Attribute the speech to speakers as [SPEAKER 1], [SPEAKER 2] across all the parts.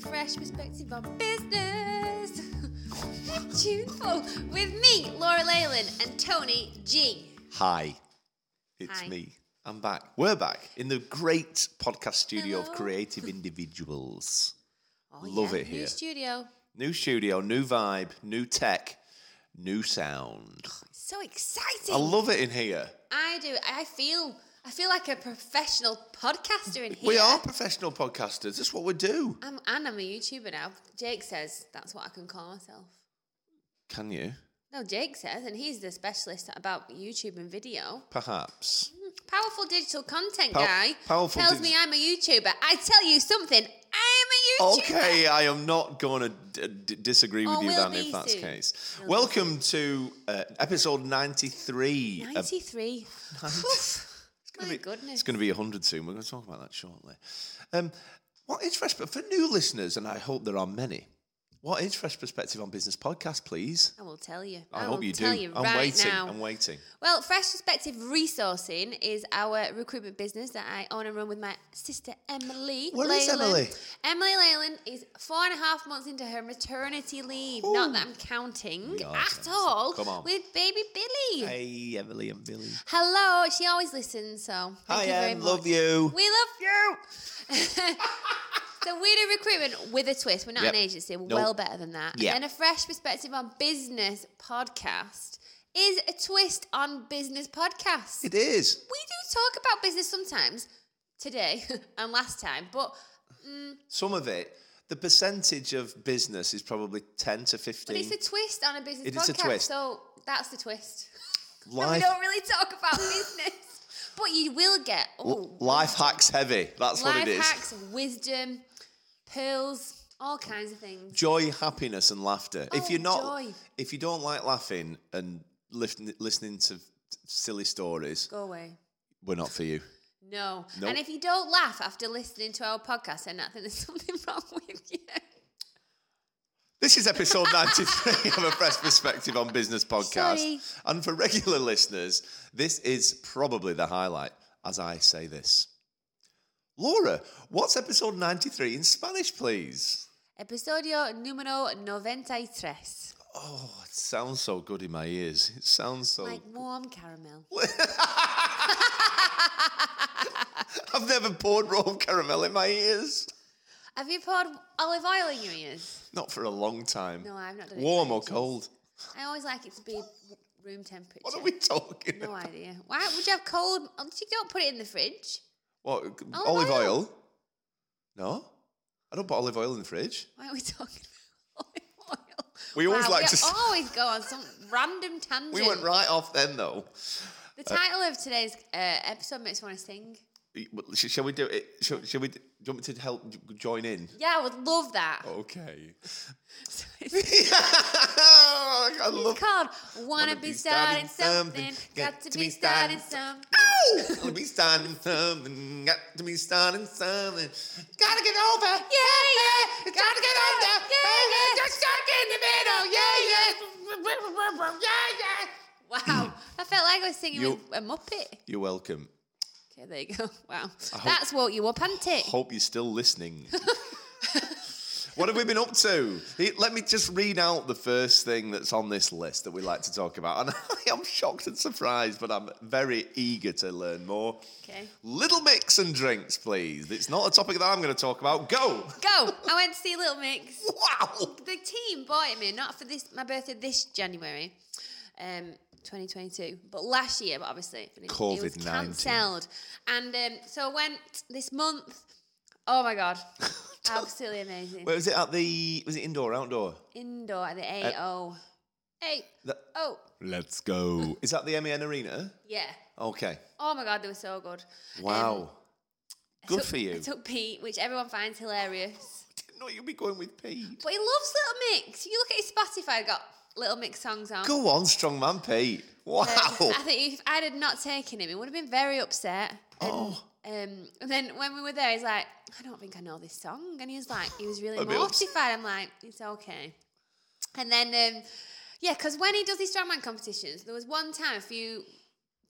[SPEAKER 1] fresh perspective on business. Tuneful with me, Laura Leyland, and Tony G.
[SPEAKER 2] Hi, it's
[SPEAKER 1] Hi.
[SPEAKER 2] me. I'm back. We're back in the great podcast studio of
[SPEAKER 1] Hello.
[SPEAKER 2] creative individuals.
[SPEAKER 1] Oh,
[SPEAKER 2] Love
[SPEAKER 1] yeah,
[SPEAKER 2] it
[SPEAKER 1] New
[SPEAKER 2] here.
[SPEAKER 1] studio.
[SPEAKER 2] New studio, new vibe, new tech, new sound.
[SPEAKER 1] So exciting.
[SPEAKER 2] I love it in here.
[SPEAKER 1] I do. I feel. I feel like a professional podcaster in here.
[SPEAKER 2] We are professional podcasters. That's what we do.
[SPEAKER 1] I'm, and I'm a YouTuber now. Jake says that's what I can call myself.
[SPEAKER 2] Can you?
[SPEAKER 1] No, Jake says, and he's the specialist about YouTube and video.
[SPEAKER 2] Perhaps.
[SPEAKER 1] Powerful digital content
[SPEAKER 2] Pow-
[SPEAKER 1] guy
[SPEAKER 2] powerful
[SPEAKER 1] tells
[SPEAKER 2] dig-
[SPEAKER 1] me I'm a YouTuber. I tell you something, I'm a YouTuber.
[SPEAKER 2] Okay, I am not going to d- d- disagree with
[SPEAKER 1] Or
[SPEAKER 2] you
[SPEAKER 1] will
[SPEAKER 2] then,
[SPEAKER 1] be
[SPEAKER 2] if that's the
[SPEAKER 1] soon.
[SPEAKER 2] case. Welcome to uh, episode 93. of-
[SPEAKER 1] 93. Oof.
[SPEAKER 2] gonna
[SPEAKER 1] My
[SPEAKER 2] be-
[SPEAKER 1] goodness.
[SPEAKER 2] It's going to be 100 soon. We're going to talk about that shortly. Um, what is Fresh... But for new listeners, and I hope there are many, what is Fresh Perspective on Business podcast, please?
[SPEAKER 1] I will tell you.
[SPEAKER 2] I,
[SPEAKER 1] will
[SPEAKER 2] hope you do.
[SPEAKER 1] tell you
[SPEAKER 2] I'm
[SPEAKER 1] right
[SPEAKER 2] waiting.
[SPEAKER 1] now.
[SPEAKER 2] I'm waiting.
[SPEAKER 1] Well, Fresh Perspective Resourcing is our recruitment business that I own and run with my sister Emily.
[SPEAKER 2] Where is
[SPEAKER 1] Leyland.
[SPEAKER 2] Emily?
[SPEAKER 1] Emily Leyland is four and a half months into her maternity leave. Not that I'm counting
[SPEAKER 2] are
[SPEAKER 1] at
[SPEAKER 2] counting.
[SPEAKER 1] all.
[SPEAKER 2] Come on.
[SPEAKER 1] With baby Billy.
[SPEAKER 2] Hey, Emily and Billy.
[SPEAKER 1] Hello. She always listens, so thank
[SPEAKER 2] Hi,
[SPEAKER 1] you very
[SPEAKER 2] Em.
[SPEAKER 1] much.
[SPEAKER 2] Love you.
[SPEAKER 1] We love you. so we do recruitment with a twist. We're not
[SPEAKER 2] Yep.
[SPEAKER 1] an agency. We're
[SPEAKER 2] Nope.
[SPEAKER 1] well better than that.
[SPEAKER 2] Yeah.
[SPEAKER 1] And then a fresh perspective on business podcast is a twist on business podcasts.
[SPEAKER 2] It is.
[SPEAKER 1] we do talk about business sometimes today and last time, but
[SPEAKER 2] Some of it, the percentage of business is probably 10 to 15.
[SPEAKER 1] but it's a twist on a business
[SPEAKER 2] It is
[SPEAKER 1] podcast.
[SPEAKER 2] a twist.
[SPEAKER 1] So that's the twist. And we
[SPEAKER 2] Life-
[SPEAKER 1] don't really talk about business, but you will get oh,
[SPEAKER 2] Life hacks heavy. That's what
[SPEAKER 1] life
[SPEAKER 2] it is.
[SPEAKER 1] hacks, wisdom, pearls, all kinds of things.
[SPEAKER 2] Joy, happiness, and laughter.
[SPEAKER 1] Oh,
[SPEAKER 2] if you're not,
[SPEAKER 1] joy.
[SPEAKER 2] if you don't like laughing and listen, listening to silly stories,
[SPEAKER 1] Go away.
[SPEAKER 2] we're not for you.
[SPEAKER 1] No.
[SPEAKER 2] Nope.
[SPEAKER 1] And if you don't laugh after listening to our podcast, then I think there's something wrong with you.
[SPEAKER 2] This is episode 93 of a Fresh Perspective on Business podcast.
[SPEAKER 1] Sorry.
[SPEAKER 2] And for regular listeners, this is probably the highlight as I say this. Laura, what's episode 93 in Spanish, please?
[SPEAKER 1] Episodio número 93.
[SPEAKER 2] Oh, it sounds so good in my ears. It sounds so.
[SPEAKER 1] Like warm caramel.
[SPEAKER 2] I've never poured raw caramel in my ears.
[SPEAKER 1] Have you poured olive oil in your ears?
[SPEAKER 2] Not for a long time.
[SPEAKER 1] No, I've not done it.
[SPEAKER 2] Warm
[SPEAKER 1] for
[SPEAKER 2] or
[SPEAKER 1] ages.
[SPEAKER 2] cold?
[SPEAKER 1] I always like it to be room temperature.
[SPEAKER 2] What are we talking
[SPEAKER 1] No
[SPEAKER 2] about?
[SPEAKER 1] idea. Why would you have cold? oh, You don't put it in the fridge.
[SPEAKER 2] What?
[SPEAKER 1] Olive
[SPEAKER 2] olive
[SPEAKER 1] oil.
[SPEAKER 2] oil. No? I don't put olive oil in the fridge.
[SPEAKER 1] Why are we talking about olive oil?
[SPEAKER 2] We always
[SPEAKER 1] Wow,
[SPEAKER 2] like to
[SPEAKER 1] we
[SPEAKER 2] s-
[SPEAKER 1] always go on some random tangent.
[SPEAKER 2] We went right off then, though.
[SPEAKER 1] The title of today's uh, episode makes me want to sing.
[SPEAKER 2] Well, sh- Shall we do it? Shall, shall we? Do do you want me to help j- join in?
[SPEAKER 1] Yeah, I would love that.
[SPEAKER 2] Oh. Okay.
[SPEAKER 1] So it's
[SPEAKER 2] I love.
[SPEAKER 1] called Wanna Be Starting Something, Got to Be Starting Something.
[SPEAKER 2] Ow! Gotta be starting something. Got to be starting something. Gotta get over.
[SPEAKER 1] Yeah, yeah,
[SPEAKER 2] It's gotta get on there.
[SPEAKER 1] Yeah, yeah.
[SPEAKER 2] Just stuck in the middle. Yeah, yeah. Yeah, yeah.
[SPEAKER 1] Wow, I felt like I was singing
[SPEAKER 2] You-
[SPEAKER 1] with a Muppet.
[SPEAKER 2] You're welcome.
[SPEAKER 1] Okay, there you go. Wow, that's woke you up, hasn't it?
[SPEAKER 2] Hope you're still listening. what have we been up to? It- Let me just read out the first thing that's on this list that we like to talk about. And I am shocked and surprised, but I'm very eager to learn more.
[SPEAKER 1] Okay.
[SPEAKER 2] Little Mix and drinks, please. It's not a topic that I'm going to talk about. Go!
[SPEAKER 1] Go. I went to see Little Mix.
[SPEAKER 2] Wow!
[SPEAKER 1] The team bought it me not for this my birthday this January, um, 2022, but last year. But obviously, it was
[SPEAKER 2] COVID-19.
[SPEAKER 1] cancelled. And um, so I went this month. Oh my god, absolutely amazing.
[SPEAKER 2] Where was it at the? Was it indoor, outdoor?
[SPEAKER 1] Indoor at the AO. Hey.
[SPEAKER 2] That-
[SPEAKER 1] Oh,
[SPEAKER 2] Let's go. Is that the MEN Arena?
[SPEAKER 1] yeah.
[SPEAKER 2] Okay.
[SPEAKER 1] Oh my god, they were so good. Um,
[SPEAKER 2] Wow.
[SPEAKER 1] I
[SPEAKER 2] Good
[SPEAKER 1] took-
[SPEAKER 2] for you.
[SPEAKER 1] I took Pete, which everyone finds hilarious.
[SPEAKER 2] Didn't know you'd be going with Pete.
[SPEAKER 1] But he loves Little Mix. You look at his Spotify, got Little Mix songs on.
[SPEAKER 2] Go on, strong man, Pete. Wow.
[SPEAKER 1] Um, I think if I had not taken him, he would have been very upset. And,
[SPEAKER 2] Oh.
[SPEAKER 1] Um, and then when we were there, he's like, I don't think I know this song. And he was like, he was really
[SPEAKER 2] A bit ups-
[SPEAKER 1] mortified. I'm like, it's okay. And then, um, yeah, because when he does his strongman competitions, there was one time a few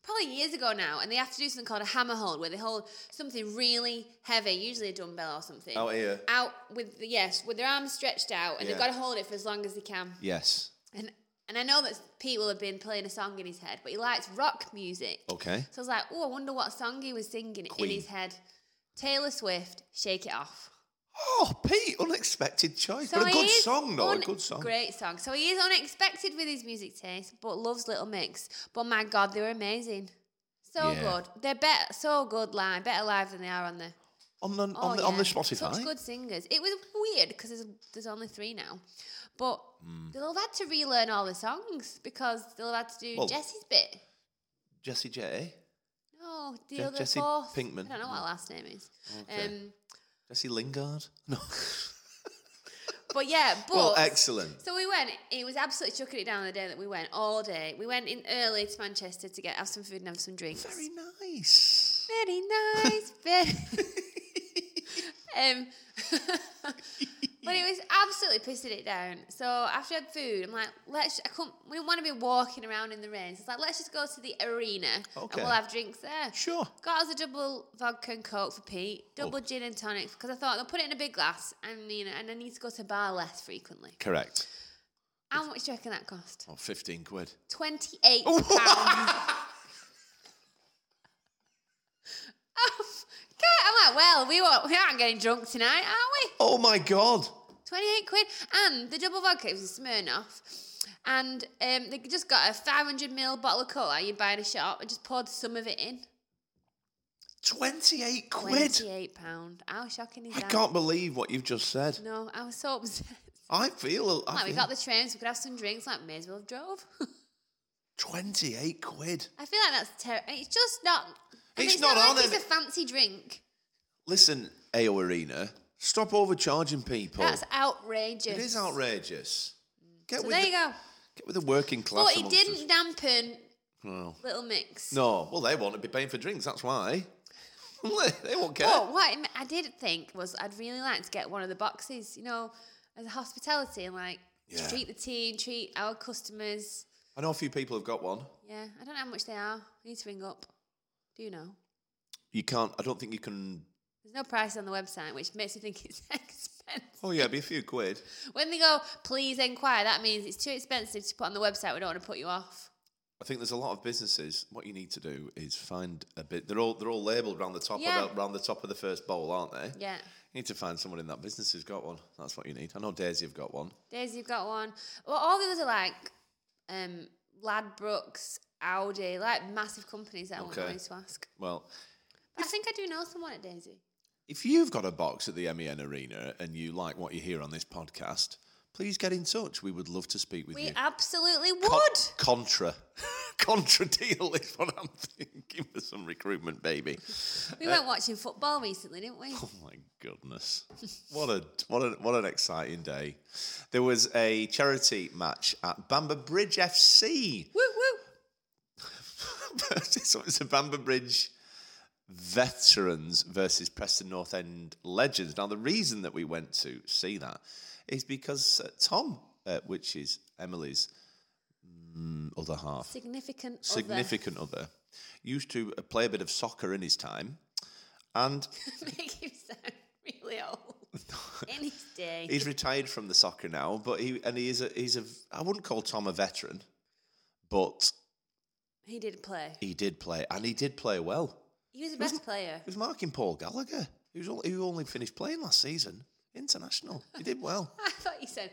[SPEAKER 1] probably years ago now, and they have to do something called a hammer hold, where they hold something really heavy, usually a dumbbell or something,
[SPEAKER 2] Out here.
[SPEAKER 1] out with the, yes, with their arms stretched out, and they've
[SPEAKER 2] Oh, Yeah.
[SPEAKER 1] got to hold it for as long as they can.
[SPEAKER 2] Yes.
[SPEAKER 1] And and I know that Pete will have been playing a song in his head, but he likes rock music.
[SPEAKER 2] Okay.
[SPEAKER 1] So I was like, oh, I wonder what song he was singing
[SPEAKER 2] Queen.
[SPEAKER 1] in his head. Taylor Swift, Shake It Off.
[SPEAKER 2] Oh, Pete, unexpected choice.
[SPEAKER 1] So
[SPEAKER 2] but a
[SPEAKER 1] he
[SPEAKER 2] good
[SPEAKER 1] is
[SPEAKER 2] song, though.
[SPEAKER 1] un-
[SPEAKER 2] a good song.
[SPEAKER 1] Great song. So he is unexpected with his music taste, but loves Little Mix. But my God, they were amazing. So
[SPEAKER 2] Yeah.
[SPEAKER 1] good. They're better, so good live, better live than they are on the
[SPEAKER 2] On the, on,
[SPEAKER 1] oh,
[SPEAKER 2] the on the
[SPEAKER 1] yeah. Such
[SPEAKER 2] Spotify.
[SPEAKER 1] good singers. It was weird because there's, there's only three now, but
[SPEAKER 2] Hmm.
[SPEAKER 1] they'll have had to relearn all the songs because they'll have had to do
[SPEAKER 2] Well-
[SPEAKER 1] Jessie's bit.
[SPEAKER 2] Jesse J.
[SPEAKER 1] No, the
[SPEAKER 2] Je-
[SPEAKER 1] other
[SPEAKER 2] Jessie
[SPEAKER 1] fourth.
[SPEAKER 2] Pinkman.
[SPEAKER 1] I don't know what her last name is.
[SPEAKER 2] Okay.
[SPEAKER 1] Um,
[SPEAKER 2] Jesse Lingard. No.
[SPEAKER 1] but yeah, but
[SPEAKER 2] well, excellent.
[SPEAKER 1] So we went. It was absolutely chucking it down the day that we went all day. We went in early to Manchester to get have some food and have some drinks.
[SPEAKER 2] Very nice.
[SPEAKER 1] Very nice, very. um, but it was absolutely pissing it down. So after I had food, I'm like, let's. I couldn't. We didn't want to be walking around in the rain. So it's like, let's just go to the arena
[SPEAKER 2] Okay.
[SPEAKER 1] and we'll have drinks there.
[SPEAKER 2] Sure.
[SPEAKER 1] Got us a double vodka and coke for Pete,
[SPEAKER 2] Oh.
[SPEAKER 1] double gin and tonic because I thought I'll put it in a big glass and you know, and I need to go to bar less frequently.
[SPEAKER 2] Correct.
[SPEAKER 1] How much do you reckon that cost?
[SPEAKER 2] Oh, 15 quid.
[SPEAKER 1] Twenty-eight pounds. Um, I'm like, well, we won't, we aren't getting drunk tonight, are we?
[SPEAKER 2] oh, my God.
[SPEAKER 1] 28 quid. And the double vodka it was a Smirnoff. And um, they just got a 500ml bottle of cola you buy in a shop and just poured some of it in.
[SPEAKER 2] 28 quid.
[SPEAKER 1] £28. How shocking is
[SPEAKER 2] I
[SPEAKER 1] that?
[SPEAKER 2] can't believe what you've just said.
[SPEAKER 1] No, I was so upset.
[SPEAKER 2] I feel. I
[SPEAKER 1] Like, we
[SPEAKER 2] feel-
[SPEAKER 1] got the train so we could have some drinks, like, may as well have drove.
[SPEAKER 2] 28 quid.
[SPEAKER 1] I feel like that's terrible. It's just not. and
[SPEAKER 2] It's
[SPEAKER 1] it's not,
[SPEAKER 2] not on
[SPEAKER 1] like it's
[SPEAKER 2] it.
[SPEAKER 1] a fancy drink.
[SPEAKER 2] Listen, AO Arena, stop overcharging people.
[SPEAKER 1] That's outrageous.
[SPEAKER 2] It is outrageous. Get
[SPEAKER 1] So
[SPEAKER 2] with
[SPEAKER 1] there
[SPEAKER 2] the,
[SPEAKER 1] you go.
[SPEAKER 2] Get with the working class.
[SPEAKER 1] But it
[SPEAKER 2] amongst us.
[SPEAKER 1] didn't dampen
[SPEAKER 2] No.
[SPEAKER 1] Little Mix.
[SPEAKER 2] No. Well, they won't be paying for drinks. That's why. they won't care.
[SPEAKER 1] But what I- I did think was I'd really like to get one of the boxes, you know, as a hospitality and like
[SPEAKER 2] Yeah.
[SPEAKER 1] treat the team, treat our customers.
[SPEAKER 2] I know a few people have got one.
[SPEAKER 1] Yeah, I don't know how much they are. I need to ring up. Do you know?
[SPEAKER 2] You can't. I don't think you can.
[SPEAKER 1] There's no price on the website, which makes me think it's expensive.
[SPEAKER 2] Oh yeah, it'd be a few quid.
[SPEAKER 1] When they go, please inquire, that means it's too expensive to put on the website. We don't want to put you off.
[SPEAKER 2] I think there's a lot of businesses. What you need to do is find a bit. They're all they're all labelled around the top
[SPEAKER 1] Yeah.
[SPEAKER 2] of the, around the top of the first bowl, aren't they?
[SPEAKER 1] Yeah.
[SPEAKER 2] You need to find someone in that business who's got one. That's what you need. I know Daisy have got one.
[SPEAKER 1] Daisy, you've got one. Well, all the others are like um, Ladbrokes, Audi, like massive companies that I want
[SPEAKER 2] Okay.
[SPEAKER 1] always to ask.
[SPEAKER 2] Well,
[SPEAKER 1] But I think I do know someone at Daisy.
[SPEAKER 2] If you've got a box at the MEN Arena and you like what you hear on this podcast, please get in touch. We would love to speak with
[SPEAKER 1] We
[SPEAKER 2] you.
[SPEAKER 1] absolutely would.
[SPEAKER 2] Co- Contra. Contra deal is what I'm thinking for some recruitment, baby. Uh,
[SPEAKER 1] we went watching football recently, didn't we?
[SPEAKER 2] Oh my goodness. What a what a what an exciting day. There was a charity match at Bamber Bridge FC.
[SPEAKER 1] woo woo.
[SPEAKER 2] so it's the Bamber Bridge veterans versus Preston North End legends. Now, the reason that we went to see that is because uh, Tom, uh, which is Emily's mm, other half,
[SPEAKER 1] Significant. other.
[SPEAKER 2] significant other, used to uh, play a bit of soccer in his time. And
[SPEAKER 1] Make him sound really old. In his day.
[SPEAKER 2] he's retired from the soccer now, but he and he is a he's a I wouldn't call Tom a veteran, but
[SPEAKER 1] he did play.
[SPEAKER 2] he did play and he did play well.
[SPEAKER 1] He was the best player.
[SPEAKER 2] He was marking Paul Gallagher, who's only, who only finished playing last season. International. He did well.
[SPEAKER 1] I thought you said,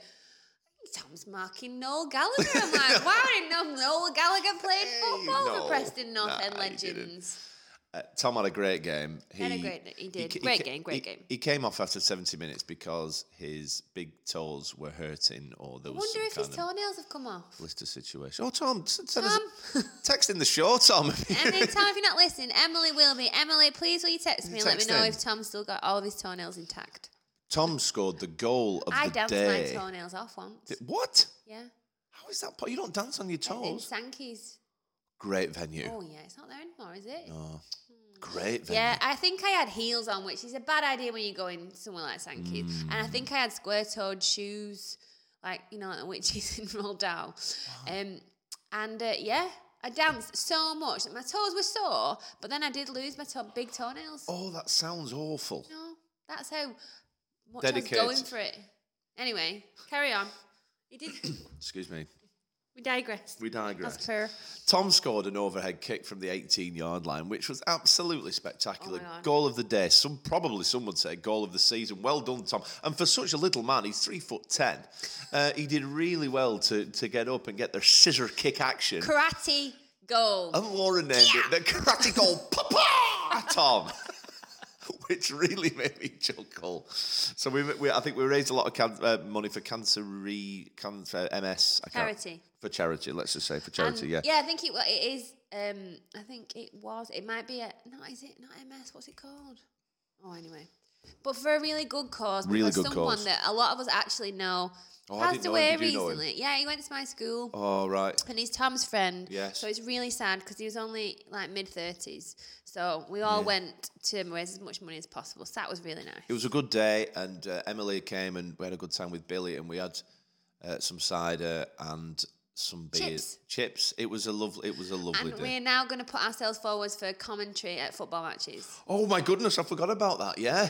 [SPEAKER 1] Tom's marking Noel Gallagher. I'm like, why didn't know Noel Gallagher played
[SPEAKER 2] Hey,
[SPEAKER 1] football
[SPEAKER 2] no.
[SPEAKER 1] for Preston North
[SPEAKER 2] Nah,
[SPEAKER 1] End
[SPEAKER 2] he didn't.
[SPEAKER 1] Legends?
[SPEAKER 2] Uh, Tom had a great game. He,
[SPEAKER 1] had a great- he did.
[SPEAKER 2] ca-
[SPEAKER 1] Great
[SPEAKER 2] ca-
[SPEAKER 1] game, great
[SPEAKER 2] he-
[SPEAKER 1] game.
[SPEAKER 2] He came off after 70 minutes because his big toes were hurting or there
[SPEAKER 1] I
[SPEAKER 2] was
[SPEAKER 1] wonder
[SPEAKER 2] some
[SPEAKER 1] if his
[SPEAKER 2] kind of
[SPEAKER 1] toenails have come off.
[SPEAKER 2] blister situation. Oh, Tom, s- send us-
[SPEAKER 1] Tom,
[SPEAKER 2] text in the show, Tom.
[SPEAKER 1] and then Tom, if you're not listening, Emily will be. Emily, please will you text me and let me
[SPEAKER 2] Text
[SPEAKER 1] know
[SPEAKER 2] him.
[SPEAKER 1] if Tom's still got all of his toenails intact?
[SPEAKER 2] Tom scored the goal of
[SPEAKER 1] I
[SPEAKER 2] the
[SPEAKER 1] danced
[SPEAKER 2] day.
[SPEAKER 1] my toenails off once.
[SPEAKER 2] Th- What?
[SPEAKER 1] Yeah.
[SPEAKER 2] How is that? po- You don't dance on your
[SPEAKER 1] In
[SPEAKER 2] toes.
[SPEAKER 1] Sankey's.
[SPEAKER 2] Great venue.
[SPEAKER 1] Oh yeah, it's not there anymore, is it?
[SPEAKER 2] Oh, great venue.
[SPEAKER 1] Yeah, I think I had heels on, which is a bad idea when you go in somewhere like Sankey's. And
[SPEAKER 2] Mm.
[SPEAKER 1] I think I had square-toed shoes, like you know, like the witches in Roald Dahl. Um, and uh, yeah, I danced so much that my toes were sore, but then I did lose my to- big toenails.
[SPEAKER 2] Oh, that sounds awful.
[SPEAKER 1] No, that's how much I was
[SPEAKER 2] Dedicated.
[SPEAKER 1] going for it. Anyway, carry on. He did.
[SPEAKER 2] Excuse me.
[SPEAKER 1] we digressed.
[SPEAKER 2] We
[SPEAKER 1] That's
[SPEAKER 2] digress.
[SPEAKER 1] fair.
[SPEAKER 2] Tom scored an overhead kick from the 18 yard line, which was absolutely spectacular.
[SPEAKER 1] Oh my God.
[SPEAKER 2] goal of the day. Some probably some would say goal of the season. Well done, Tom. And for such a little man, he's three foot ten. Uh, he did really well to to get up and get the scissor kick action.
[SPEAKER 1] Karate goal.
[SPEAKER 2] And Lauren named it the karate goal Papa Tom. Which really made me chuckle. So we, we I think we raised a lot of can, uh, money for cancer, re, cancer MS I can't-
[SPEAKER 1] Charity.
[SPEAKER 2] for charity. Let's just say for charity.
[SPEAKER 1] And-
[SPEAKER 2] yeah,
[SPEAKER 1] Yeah, I think it, wa- it is. Um, I think it was. It might be a. No, is it not MS? What's it called? Oh, anyway. But for a really good cause.
[SPEAKER 2] Really
[SPEAKER 1] because
[SPEAKER 2] good
[SPEAKER 1] someone
[SPEAKER 2] cause.
[SPEAKER 1] that a lot of us actually know
[SPEAKER 2] Oh, I
[SPEAKER 1] passed
[SPEAKER 2] didn't know
[SPEAKER 1] away
[SPEAKER 2] him. Did you know him?
[SPEAKER 1] recently. Yeah, he went to my school.
[SPEAKER 2] Oh, right.
[SPEAKER 1] And he's Tom's friend.
[SPEAKER 2] Yes.
[SPEAKER 1] So it's really sad because he was only like mid 30s. So we all went to raise as much money as possible. So that was really nice.
[SPEAKER 2] It was a good day, and uh, Emily came and we had a good time with Billy, and we had uh, some cider and some beer
[SPEAKER 1] Chips.
[SPEAKER 2] chips. It was a lovely. It was a lovely
[SPEAKER 1] and
[SPEAKER 2] day.
[SPEAKER 1] we're now going to put ourselves forwards for commentary at football matches.
[SPEAKER 2] Oh my goodness, I forgot about that. Yeah,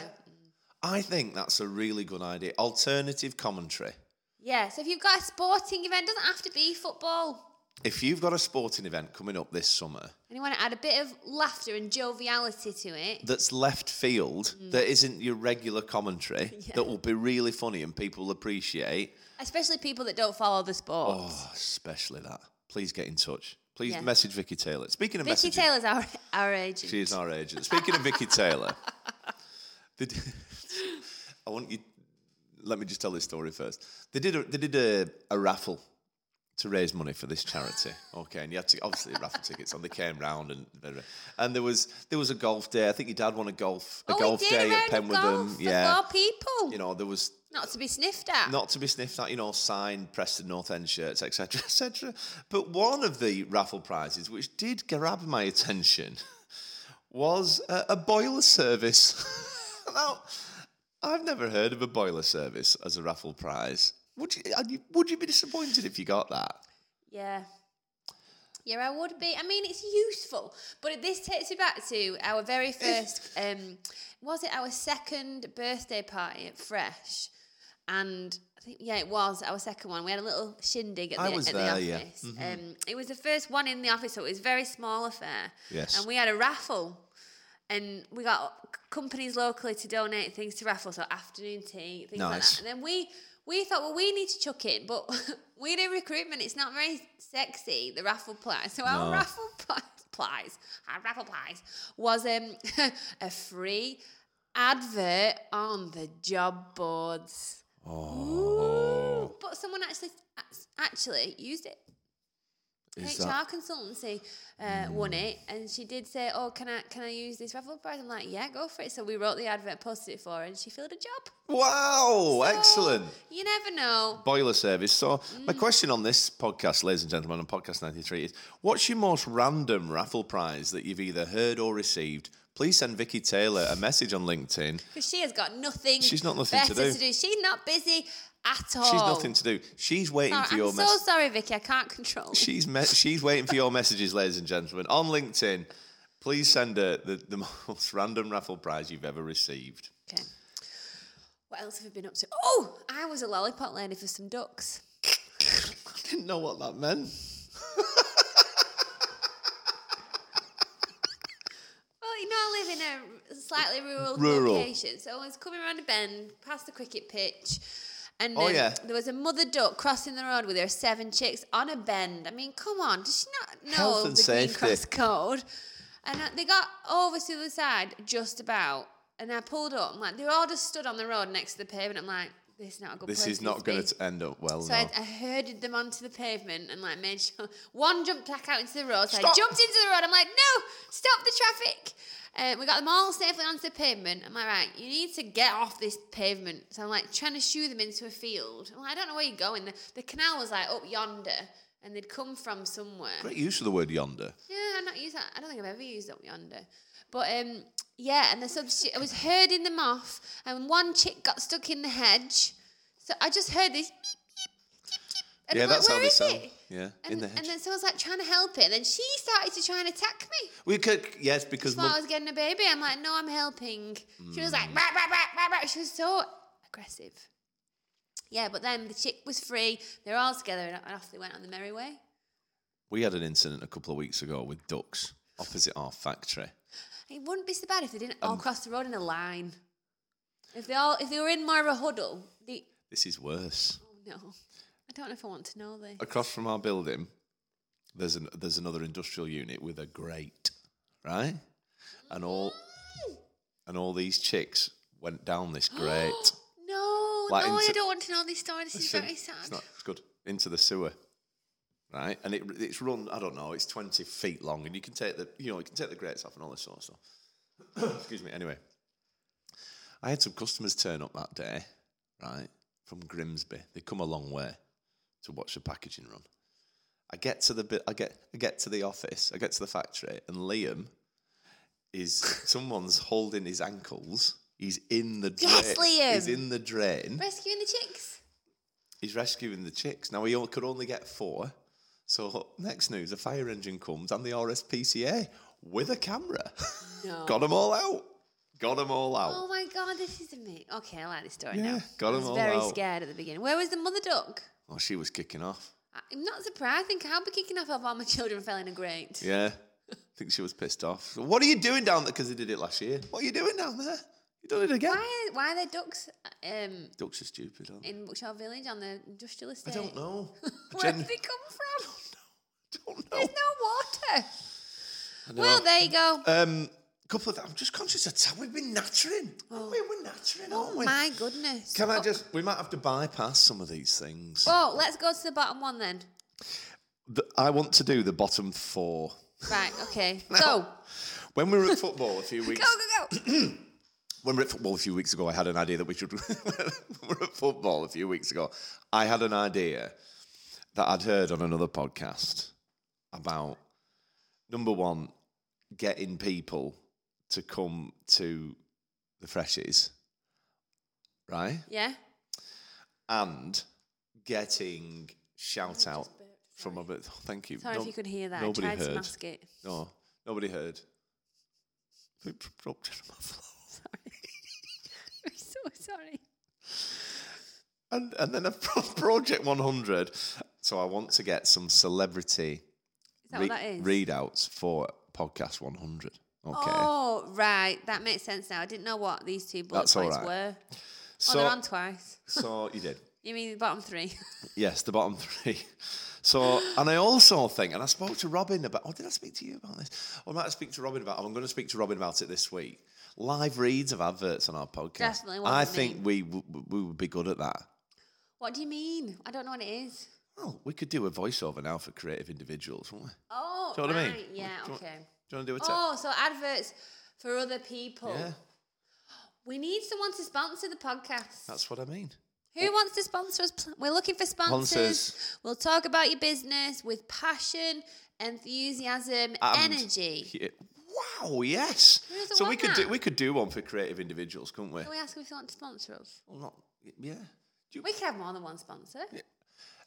[SPEAKER 2] I think that's a really good idea. Alternative commentary.
[SPEAKER 1] Yeah. So if you've got a sporting event, doesn't have to be football.
[SPEAKER 2] If you've got a sporting event coming up this summer
[SPEAKER 1] And you want to add a bit of laughter and joviality to it.
[SPEAKER 2] that's left field,
[SPEAKER 1] Mm.
[SPEAKER 2] that isn't your regular commentary, that will be really funny and people will appreciate,
[SPEAKER 1] Especially people that don't follow the sport.
[SPEAKER 2] oh, especially that. Please get in touch. Please
[SPEAKER 1] Yeah.
[SPEAKER 2] message Vicky Taylor. Speaking of
[SPEAKER 1] Vicky
[SPEAKER 2] messaging-
[SPEAKER 1] Taylor's our, our agent.
[SPEAKER 2] She is our agent. Speaking of Vicky Taylor, did, I want you. Let me just tell this story first. They did a, they did a, a raffle to raise money for this charity. Okay, and you had to obviously raffle tickets on. They came round and and there was there was a golf day. I think your dad won a golf a
[SPEAKER 1] oh,
[SPEAKER 2] golf
[SPEAKER 1] we did
[SPEAKER 2] day
[SPEAKER 1] a
[SPEAKER 2] at
[SPEAKER 1] round of golf
[SPEAKER 2] Penwitham.
[SPEAKER 1] for
[SPEAKER 2] Yeah,
[SPEAKER 1] four people.
[SPEAKER 2] you know there was
[SPEAKER 1] not to be sniffed at.
[SPEAKER 2] not to be sniffed at, you know, signed Preston North End shirts, etc., etc. But one of the raffle prizes, which did grab my attention, was a, a boiler service. now, I've never heard of a boiler service as a raffle prize. Would you, are you- would you be disappointed if you got that?
[SPEAKER 1] Yeah. Yeah, I would be. I mean, it's useful, but this takes me back to our very first. Um, was it our second birthday party at Fresh? And I think yeah, it was our second one. We had a little shindig at the,
[SPEAKER 2] I was
[SPEAKER 1] at
[SPEAKER 2] there,
[SPEAKER 1] the
[SPEAKER 2] yeah. Mm-hmm.
[SPEAKER 1] office. Um, it was the first one in the office, so it was a very small affair.
[SPEAKER 2] Yes.
[SPEAKER 1] And we had a raffle, and we got c- companies locally to donate things to raffles, so afternoon tea, things
[SPEAKER 2] Nice.
[SPEAKER 1] like that. And then we we thought, well, we need to chuck it, but we do recruitment. It's not very sexy, the raffle prize. So our
[SPEAKER 2] No.
[SPEAKER 1] raffle prize, prize, our raffle prize was um, a free advert on the job boards.
[SPEAKER 2] Oh,
[SPEAKER 1] But someone actually actually used it.
[SPEAKER 2] is
[SPEAKER 1] HR
[SPEAKER 2] that? Hmm.
[SPEAKER 1] consultancy uh, won it, and she did say, "Oh, can I can I use this raffle prize?" I'm like, "Yeah, go for it." So we wrote the advert, posted it for her, and she filled a job.
[SPEAKER 2] Wow,
[SPEAKER 1] So,
[SPEAKER 2] excellent.
[SPEAKER 1] You never know.
[SPEAKER 2] Boiler service. So, my
[SPEAKER 1] Mm.
[SPEAKER 2] question on this podcast, ladies and gentlemen, on Podcast 93 is what's your most random raffle prize that you've either heard or received? Please send Vicky Taylor a message on LinkedIn.
[SPEAKER 1] Because she has got nothing.
[SPEAKER 2] She's not nothing to
[SPEAKER 1] better
[SPEAKER 2] do.
[SPEAKER 1] She's not busy at all.
[SPEAKER 2] She's nothing to do. She's waiting
[SPEAKER 1] Sorry,
[SPEAKER 2] for your
[SPEAKER 1] Oh. Ah, I'm so
[SPEAKER 2] message.
[SPEAKER 1] sorry, Vicky. I can't control. it.
[SPEAKER 2] She's me- she's waiting for your messages, ladies and gentlemen, on LinkedIn. Please send her the, the most random raffle prize you've ever received.
[SPEAKER 1] okay. What else have we been up to? Oh, I was a lollipop lady for some ducks.
[SPEAKER 2] I didn't know what that meant.
[SPEAKER 1] Well, you know, I live in a slightly rural,
[SPEAKER 2] Rural.
[SPEAKER 1] location, so I was coming around a bend past the cricket pitch. And
[SPEAKER 2] Oh,
[SPEAKER 1] um,
[SPEAKER 2] yeah.
[SPEAKER 1] there was a mother duck crossing the road with her seven chicks on a bend. I mean, come on, does she not know
[SPEAKER 2] Health and
[SPEAKER 1] the Green
[SPEAKER 2] safety.
[SPEAKER 1] Cross code? And uh, they got over to the side just about, and I pulled up. I'm like, they were all just stood on the road next to the pavement. I'm like, this is not a good.
[SPEAKER 2] This
[SPEAKER 1] place
[SPEAKER 2] is
[SPEAKER 1] for
[SPEAKER 2] not
[SPEAKER 1] to
[SPEAKER 2] going
[SPEAKER 1] be.
[SPEAKER 2] to end up well.
[SPEAKER 1] So
[SPEAKER 2] no.
[SPEAKER 1] I, I herded them onto the pavement and like made sure one jumped back out into the road. So I
[SPEAKER 2] Stop.
[SPEAKER 1] jumped into the road. I'm like, no, stop the traffic. Uh, we got them all safely onto the pavement. I'm like, right, you need to get off this pavement. So I'm like trying to shoo them into a field. I'm like, I don't know where you're going. The, the canal was like up yonder, and they'd come from somewhere.
[SPEAKER 2] Great use of the word yonder.
[SPEAKER 1] Yeah, I'm not used that. I don't think I've ever used up yonder. But um, yeah, and the substitute, I was herding them off, and one chick got stuck in the hedge. So I just heard this. beep, beep, beep, beep, And
[SPEAKER 2] yeah,
[SPEAKER 1] I'm like,
[SPEAKER 2] that's how
[SPEAKER 1] "Where
[SPEAKER 2] they
[SPEAKER 1] is
[SPEAKER 2] sell.
[SPEAKER 1] it?"
[SPEAKER 2] Yeah,
[SPEAKER 1] And,
[SPEAKER 2] in the hedge.
[SPEAKER 1] and then someone's like trying to help it, and then she started to try and attack me
[SPEAKER 2] we could, yes, because
[SPEAKER 1] while
[SPEAKER 2] mum-
[SPEAKER 1] I was getting a baby. I'm like, no, I'm helping. She was
[SPEAKER 2] Mm.
[SPEAKER 1] like, rah, rah, rah, rah, rah. she was so aggressive. Yeah, but then the chick was free. They're all together, and and off they went on the merry way.
[SPEAKER 2] we had an incident a couple of weeks ago with ducks opposite our factory.
[SPEAKER 1] It wouldn't be so bad if they didn't
[SPEAKER 2] Um,
[SPEAKER 1] all cross the road in a line. If they all, if they were in more of a huddle, they.
[SPEAKER 2] This is worse.
[SPEAKER 1] Oh no, I don't know if I want to know this.
[SPEAKER 2] Across from our building, there's an there's another industrial unit with a grate, right? And all and all these chicks went down this grate.
[SPEAKER 1] No,
[SPEAKER 2] Like
[SPEAKER 1] no, I
[SPEAKER 2] into-
[SPEAKER 1] don't want to know this story. This is
[SPEAKER 2] Listen,
[SPEAKER 1] very sad.
[SPEAKER 2] It's not. It's good. Into the sewer, right? And it, it's run. I don't know. It's twenty feet long, and you can take the you know you can take the grates off and all this sort of stuff. Excuse me. Anyway, I had some customers turn up that day, right? From Grimsby, they come a long way to watch the packaging run. I get to the bit. I get. I get to the office. I get to the factory, and Liam is someone's holding his ankles. He's in the drain.
[SPEAKER 1] Yes, Liam.
[SPEAKER 2] He's in the drain
[SPEAKER 1] Rescuing the chicks.
[SPEAKER 2] he's rescuing the chicks. Now he o- could only get four. So next news, a fire engine comes and the RSPCA with a camera.
[SPEAKER 1] No.
[SPEAKER 2] Got them all out. Got them all out.
[SPEAKER 1] Oh my god, this is amazing. Okay, I like this story
[SPEAKER 2] Yeah,
[SPEAKER 1] now.
[SPEAKER 2] got
[SPEAKER 1] I
[SPEAKER 2] 'em
[SPEAKER 1] was
[SPEAKER 2] all
[SPEAKER 1] very
[SPEAKER 2] out.
[SPEAKER 1] scared at the beginning. Where was the mother duck?
[SPEAKER 2] Oh, she was kicking off.
[SPEAKER 1] I'm not surprised. I think I'll be kicking off if all my children fell in a grate.
[SPEAKER 2] Yeah. I think she was pissed off. So, what are you doing down there? Because they did it last year. What are you doing down there? You done it again.
[SPEAKER 1] Why, are, why are there ducks um,
[SPEAKER 2] Ducks are stupid, aren't they?
[SPEAKER 1] in Buckshaw Village on the industrial estate?
[SPEAKER 2] I don't know. I
[SPEAKER 1] Where
[SPEAKER 2] gen-
[SPEAKER 1] did they come from?
[SPEAKER 2] don't
[SPEAKER 1] There's
[SPEAKER 2] know.
[SPEAKER 1] no water.
[SPEAKER 2] I know.
[SPEAKER 1] Well, there you go.
[SPEAKER 2] um, couple of th- I'm just conscious of time. We've been nattering. haven't we? We're nattering, aren't
[SPEAKER 1] Oh.
[SPEAKER 2] we?
[SPEAKER 1] my goodness.
[SPEAKER 2] Can I just? We might have to bypass some of these things.
[SPEAKER 1] Oh, let's go to the bottom one then.
[SPEAKER 2] The, I want to do the bottom four.
[SPEAKER 1] Right, okay. Go.
[SPEAKER 2] When we were at football a few
[SPEAKER 1] Go,
[SPEAKER 2] weeks,
[SPEAKER 1] go, go.
[SPEAKER 2] when we were at football a few weeks ago, I had an idea that we should. when we were at football a few weeks ago, I had an idea that I'd heard on another podcast about number one, getting people to come to the freshies, right,
[SPEAKER 1] yeah.
[SPEAKER 2] and getting shout out from a bit. oh, thank you.
[SPEAKER 1] Sorry
[SPEAKER 2] No-
[SPEAKER 1] if you could hear that.
[SPEAKER 2] nobody
[SPEAKER 1] I tried
[SPEAKER 2] heard.
[SPEAKER 1] to mask it.
[SPEAKER 2] No, nobody heard. They p- dropped it on my floor.
[SPEAKER 1] I'm so sorry.
[SPEAKER 2] And, and then a pro- Project 100. So I want to get some celebrity
[SPEAKER 1] Is that
[SPEAKER 2] re-
[SPEAKER 1] what that is?
[SPEAKER 2] readouts for Podcast 100. Okay.
[SPEAKER 1] Oh, right. That makes sense now. I didn't know what these two bullet
[SPEAKER 2] That's all
[SPEAKER 1] points
[SPEAKER 2] right.
[SPEAKER 1] were. Oh,
[SPEAKER 2] so,
[SPEAKER 1] they're on twice.
[SPEAKER 2] so you did.
[SPEAKER 1] You mean the bottom three?
[SPEAKER 2] Yes, the bottom three. So, and I also think, and I spoke to Robin about, oh, did I speak to you about this? Or I might speak to Robin about, I'm going to speak to Robin about it this week. Live reads of adverts on our podcast.
[SPEAKER 1] Definitely
[SPEAKER 2] I
[SPEAKER 1] wasn't
[SPEAKER 2] think
[SPEAKER 1] me.
[SPEAKER 2] we, w- w- we would be good at that.
[SPEAKER 1] what do you mean? I don't know what it is.
[SPEAKER 2] Well, we could do a voiceover now for creative individuals, wouldn't we?
[SPEAKER 1] Oh,
[SPEAKER 2] Do you know what I
[SPEAKER 1] right.
[SPEAKER 2] mean?
[SPEAKER 1] Yeah,
[SPEAKER 2] Do you want-
[SPEAKER 1] okay.
[SPEAKER 2] Do you want to do a tip?
[SPEAKER 1] Oh, so adverts for other people.
[SPEAKER 2] yeah,
[SPEAKER 1] We need someone to sponsor the podcast.
[SPEAKER 2] that's what I mean.
[SPEAKER 1] Who wants to sponsor us? Pl- We're looking for sponsors.
[SPEAKER 2] Sponsors.
[SPEAKER 1] We'll talk about your business with passion, enthusiasm,
[SPEAKER 2] And-
[SPEAKER 1] energy.
[SPEAKER 2] Yeah. Wow, yes.
[SPEAKER 1] Who doesn't
[SPEAKER 2] So we
[SPEAKER 1] want
[SPEAKER 2] could
[SPEAKER 1] that?
[SPEAKER 2] do we could do one for creative individuals, couldn't we?
[SPEAKER 1] Can we ask them if they want to sponsor us?
[SPEAKER 2] Well, not yeah. Do you-
[SPEAKER 1] We could have more than one sponsor.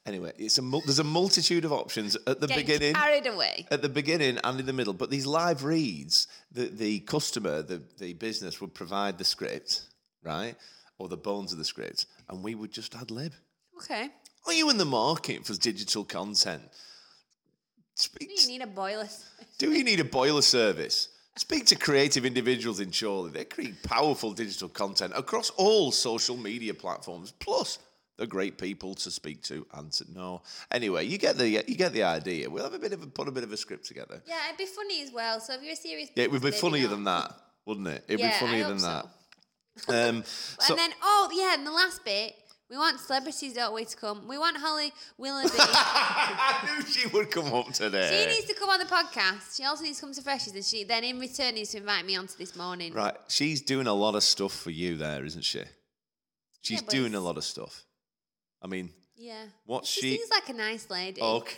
[SPEAKER 2] anyway, it's a mul- there's a multitude of options at the
[SPEAKER 1] Getting
[SPEAKER 2] beginning.
[SPEAKER 1] carried away.
[SPEAKER 2] at the beginning and in the middle, but these live reads, the, the customer, the, the business would provide the script, right? Or the bones of the script, and we would just ad lib.
[SPEAKER 1] Okay.
[SPEAKER 2] Are you in the market for digital content? Speak,
[SPEAKER 1] You need a boiler.
[SPEAKER 2] Do you need a boiler service? Speak to creative individuals in Chorley. They create powerful digital content across all social media platforms. Plus, they're great people to speak to and to know. Anyway, you get the you get the idea. We'll have a bit of a, put a bit of a script together.
[SPEAKER 1] Yeah, it'd be funny as well. So if you're a serious,
[SPEAKER 2] Yeah, it would be
[SPEAKER 1] business, maybe
[SPEAKER 2] funnier
[SPEAKER 1] not.
[SPEAKER 2] than that, wouldn't it? It'd
[SPEAKER 1] Yeah,
[SPEAKER 2] be
[SPEAKER 1] I
[SPEAKER 2] funnier
[SPEAKER 1] hope
[SPEAKER 2] than that.
[SPEAKER 1] so.
[SPEAKER 2] Um,
[SPEAKER 1] And
[SPEAKER 2] so,
[SPEAKER 1] then oh yeah, and the last bit, we want celebrities, don't we, to come? We want Holly Willoughby.
[SPEAKER 2] I knew she would come up
[SPEAKER 1] she
[SPEAKER 2] today.
[SPEAKER 1] needs to come on the podcast. She also needs to come to Freshies, and she then in return needs to invite me onto this morning.
[SPEAKER 2] Right, she's doing a lot of stuff for you there, isn't she? She's
[SPEAKER 1] but
[SPEAKER 2] doing a
[SPEAKER 1] it's-
[SPEAKER 2] lot of stuff. I mean,
[SPEAKER 1] Yeah.
[SPEAKER 2] What's
[SPEAKER 1] she,
[SPEAKER 2] she- Oh,
[SPEAKER 1] seems like a nice lady.
[SPEAKER 2] okay.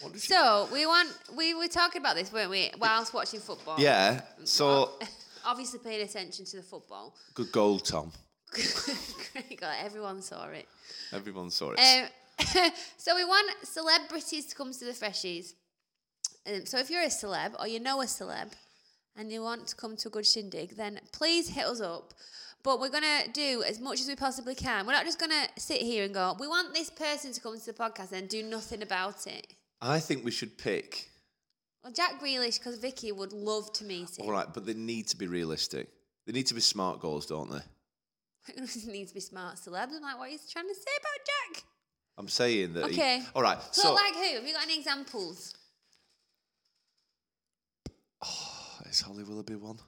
[SPEAKER 2] What does she
[SPEAKER 1] So we want we were talking about this, weren't we, whilst watching football?
[SPEAKER 2] Yeah. So
[SPEAKER 1] Obviously paying attention to the football.
[SPEAKER 2] good goal, Tom.
[SPEAKER 1] Great God, everyone saw it.
[SPEAKER 2] Everyone saw it.
[SPEAKER 1] Um, so we want celebrities to come to the freshies. Um, so if you're a celeb or you know a celeb and you want to come to a good shindig, then please hit us up. But we're gonna do as much as we possibly can. We're not just gonna sit here and go, we want this person to come to the podcast and do nothing about it.
[SPEAKER 2] I think we should pick.
[SPEAKER 1] Well, Jack Grealish, because Vicky would love to meet him.
[SPEAKER 2] All right, but they need to be realistic. They need to be smart goals, don't they?
[SPEAKER 1] It needs to be smart celebs. I'm like, what are you trying to say about Jack?
[SPEAKER 2] I'm saying that. he-
[SPEAKER 1] Okay.
[SPEAKER 2] all right.
[SPEAKER 1] So,
[SPEAKER 2] So,
[SPEAKER 1] like, who? Have you got any examples?
[SPEAKER 2] Oh, is Holly Willoughby one?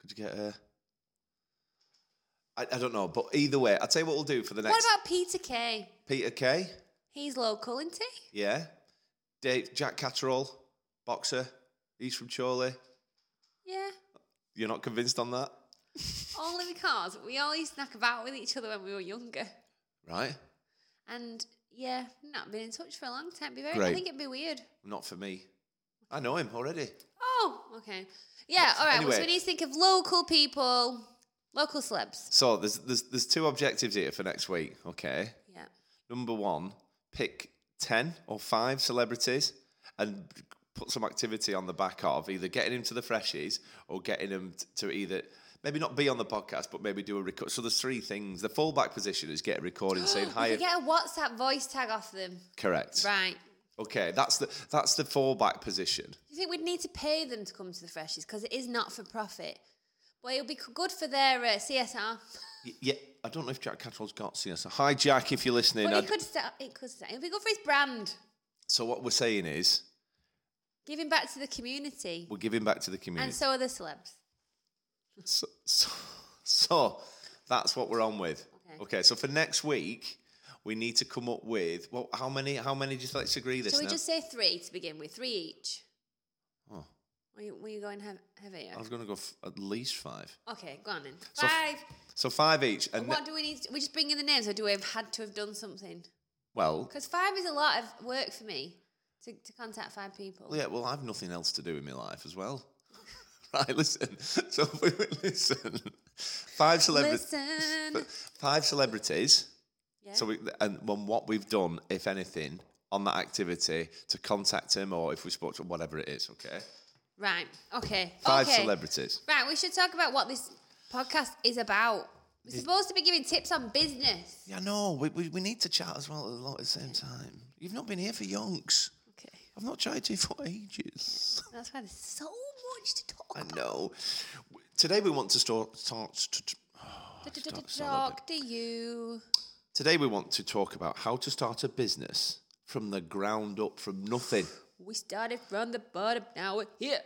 [SPEAKER 2] Could you get her? I, I don't know, but either way, I'll tell you what we'll do for the next
[SPEAKER 1] What about Peter Kay?
[SPEAKER 2] Peter Kay.
[SPEAKER 1] He's local, isn't he?
[SPEAKER 2] Yeah. Dave, Jack Catterall, boxer. He's from Chorley.
[SPEAKER 1] Yeah.
[SPEAKER 2] You're not convinced on that?
[SPEAKER 1] Only because we all used to knock about with each other when we were younger.
[SPEAKER 2] Right.
[SPEAKER 1] And yeah, not been in touch for a long time. Be very, I
[SPEAKER 2] Great.
[SPEAKER 1] think it'd be weird.
[SPEAKER 2] Not for me. I know him already.
[SPEAKER 1] Oh, okay. Yeah, all right. well, so we
[SPEAKER 2] Anyway.
[SPEAKER 1] need to think of local people, local celebs.
[SPEAKER 2] So there's there's there's two objectives here for next week. Okay.
[SPEAKER 1] Yeah.
[SPEAKER 2] Number one, pick ten or five celebrities and put some activity on the back of either getting him to the freshies or getting him t- to either maybe not be on the podcast, but maybe do a record. So there's three things. The fallback position is get a recording saying
[SPEAKER 1] We
[SPEAKER 2] hi.
[SPEAKER 1] could get a WhatsApp voice tag off them.
[SPEAKER 2] Correct.
[SPEAKER 1] Right.
[SPEAKER 2] Okay, that's the that's the fallback position.
[SPEAKER 1] Do you think we'd need to pay them to come to the freshies because it is not for profit? Well, it'll be c- good for their uh, CSR.
[SPEAKER 2] Y- Yeah, I don't know if Jack Catterall's got CSR. Hi, Jack, if you're listening.
[SPEAKER 1] But
[SPEAKER 2] I-
[SPEAKER 1] it could start. It could start. It'll be good for his brand.
[SPEAKER 2] so what we're saying is
[SPEAKER 1] Giving back to the community,
[SPEAKER 2] we're giving back to the community.
[SPEAKER 1] and so are the celebs.
[SPEAKER 2] So, so, so that's what we're on with.
[SPEAKER 1] Okay.
[SPEAKER 2] Okay. So for next week, we need to come up with well, how many? How many? Just let's agree this
[SPEAKER 1] Shall we
[SPEAKER 2] now.
[SPEAKER 1] just say three to begin with? Three each.
[SPEAKER 2] Oh,
[SPEAKER 1] Were you, were you going heav- heavier?
[SPEAKER 2] I was going to go f- at least five.
[SPEAKER 1] Okay, go on then.
[SPEAKER 2] So f-
[SPEAKER 1] Five.
[SPEAKER 2] So five each, and
[SPEAKER 1] what
[SPEAKER 2] ne-
[SPEAKER 1] do we need? To, we just bring in the names, or do we have had to have done something?
[SPEAKER 2] well,
[SPEAKER 1] Because five is a lot of work for me to, to contact five people.
[SPEAKER 2] yeah. Well, I've nothing else to do in my life as well. right. Listen. So if we listen. Five celebrities.
[SPEAKER 1] Listen.
[SPEAKER 2] Five celebrities.
[SPEAKER 1] Yeah.
[SPEAKER 2] So we, and when what we've done, if anything, on that activity to contact him or if we spoke to whatever it is, okay?
[SPEAKER 1] right. Okay.
[SPEAKER 2] Five
[SPEAKER 1] okay.
[SPEAKER 2] celebrities.
[SPEAKER 1] Right. We should talk about what this podcast is about. We're supposed to be giving tips on business.
[SPEAKER 2] Yeah, no, we, we, we need to chat as well a lot at the same time. You've not been here for yonks.
[SPEAKER 1] Okay.
[SPEAKER 2] I've not chatted to you for ages.
[SPEAKER 1] That's why there's so much to talk.
[SPEAKER 2] I know. W- Today we want to start. start to, to-
[SPEAKER 1] about.
[SPEAKER 2] it's not a
[SPEAKER 1] Talk to you.
[SPEAKER 2] today we want to talk about how to start a business from the ground up, from nothing.
[SPEAKER 1] We started from the bottom. Now we're here.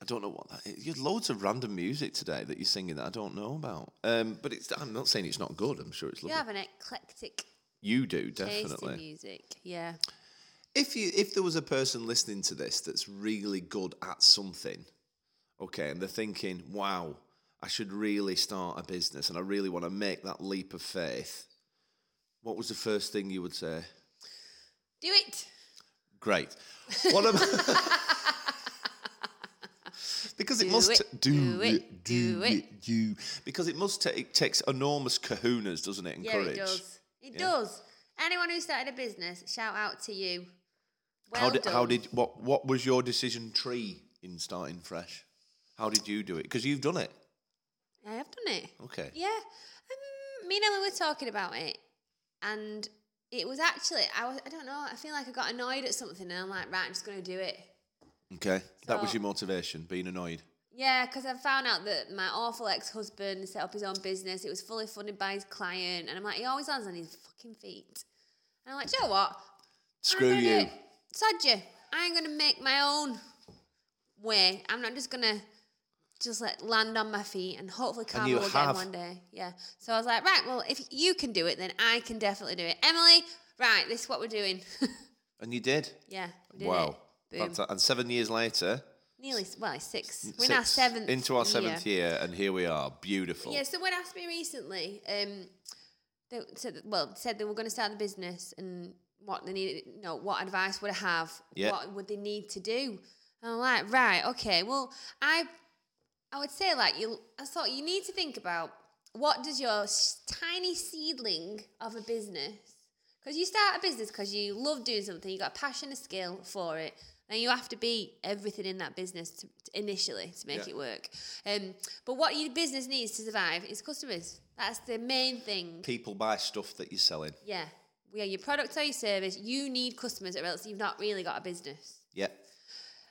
[SPEAKER 2] I don't know what that is. You had loads of random music today that you're singing that I don't know about. Um, but it's. I'm not saying it's not good. I'm sure it's
[SPEAKER 1] You
[SPEAKER 2] lovely.
[SPEAKER 1] have an eclectic
[SPEAKER 2] You do
[SPEAKER 1] taste in
[SPEAKER 2] definitely.
[SPEAKER 1] music. Yeah.
[SPEAKER 2] if you if there was a person listening to this that's really good at something okay and they're thinking wow i should really start a business and i really want to make that leap of faith what was the first thing you would say
[SPEAKER 1] Do it.
[SPEAKER 2] great what am because it
[SPEAKER 1] Do
[SPEAKER 2] must
[SPEAKER 1] it,
[SPEAKER 2] ta-
[SPEAKER 1] do it, do it.
[SPEAKER 2] do because it must ta- it takes enormous kahunas doesn't it and
[SPEAKER 1] Yeah,
[SPEAKER 2] courage
[SPEAKER 1] it does. It does. Anyone who started a business, shout out to you. Well
[SPEAKER 2] how did
[SPEAKER 1] done.
[SPEAKER 2] how did what what was your decision tree in starting fresh? How did you do it? Because you've done it.
[SPEAKER 1] I have done it?
[SPEAKER 2] Okay.
[SPEAKER 1] Yeah. Um, me and Emma were talking about it, and it was actually I was I don't know I feel like I got annoyed at something, and I'm like right I'm just gonna do it.
[SPEAKER 2] Okay. that was
[SPEAKER 1] So-
[SPEAKER 2] your motivation, being annoyed.
[SPEAKER 1] Yeah, because I found out that my awful ex husband set up his own business. It was fully funded by his client, and I'm like he always lands on his fucking feet. And I'm like, you know what? I'm
[SPEAKER 2] Screw
[SPEAKER 1] gonna-
[SPEAKER 2] you.
[SPEAKER 1] Sod you. I'm going to make my own way. I'm not just going to just let land on my feet and hopefully karma
[SPEAKER 2] you
[SPEAKER 1] will get
[SPEAKER 2] have.
[SPEAKER 1] one day. Yeah. So I was like, right, well, if you can do it, then I can definitely do it. Emily, right, this is what we're doing.
[SPEAKER 2] And you did.
[SPEAKER 1] yeah. We did
[SPEAKER 2] Wow.
[SPEAKER 1] It. Boom.
[SPEAKER 2] Fanta- and seven years later,
[SPEAKER 1] Nearly, s- well, it's six. We're in our
[SPEAKER 2] six,
[SPEAKER 1] seventh.
[SPEAKER 2] into our seventh
[SPEAKER 1] year.
[SPEAKER 2] year. and here we are. Beautiful.
[SPEAKER 1] Yeah, someone asked me recently, um, they said, that- well, said they were going to start the business and what they needed, no, what advice would I have?
[SPEAKER 2] Yeah.
[SPEAKER 1] What would they need to do? And I'm like, right, okay. Well, I, I would say like you, I thought you need to think about what does your s- tiny seedling of a business, 'cause Because you start a business because you love doing something, you got a passion, a skill for it, and you have to be everything in that business to, to initially to make
[SPEAKER 2] Yeah.
[SPEAKER 1] it work. Um, but what your business needs to survive is customers. That's the main thing.
[SPEAKER 2] People buy stuff that you're selling.
[SPEAKER 1] Yeah, we are your product or your service. You need customers, or else you've not really got a business.
[SPEAKER 2] Yeah.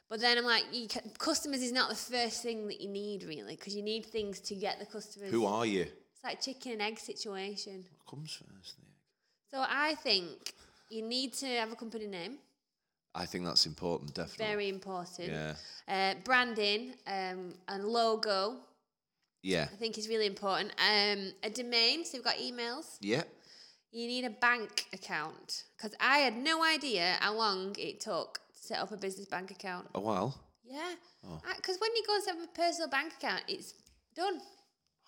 [SPEAKER 1] But then I'm like, you ca customers is not the first thing that you need really, because you need things to get the customers.
[SPEAKER 2] Who are you?
[SPEAKER 1] It's like chicken and egg situation.
[SPEAKER 2] What comes first? the egg?
[SPEAKER 1] So I think you need to have a company name.
[SPEAKER 2] I think that's important, definitely.
[SPEAKER 1] Very important.
[SPEAKER 2] Yeah.
[SPEAKER 1] Uh, branding um, and logo,
[SPEAKER 2] Yeah.
[SPEAKER 1] I think, is really important. Um, a domain, so you've got emails.
[SPEAKER 2] Yeah.
[SPEAKER 1] You need a bank account because I had no idea how long it took to set up a business bank account.
[SPEAKER 2] A while.
[SPEAKER 1] Yeah,
[SPEAKER 2] Oh.
[SPEAKER 1] because when you go and set up a personal bank account, it's done.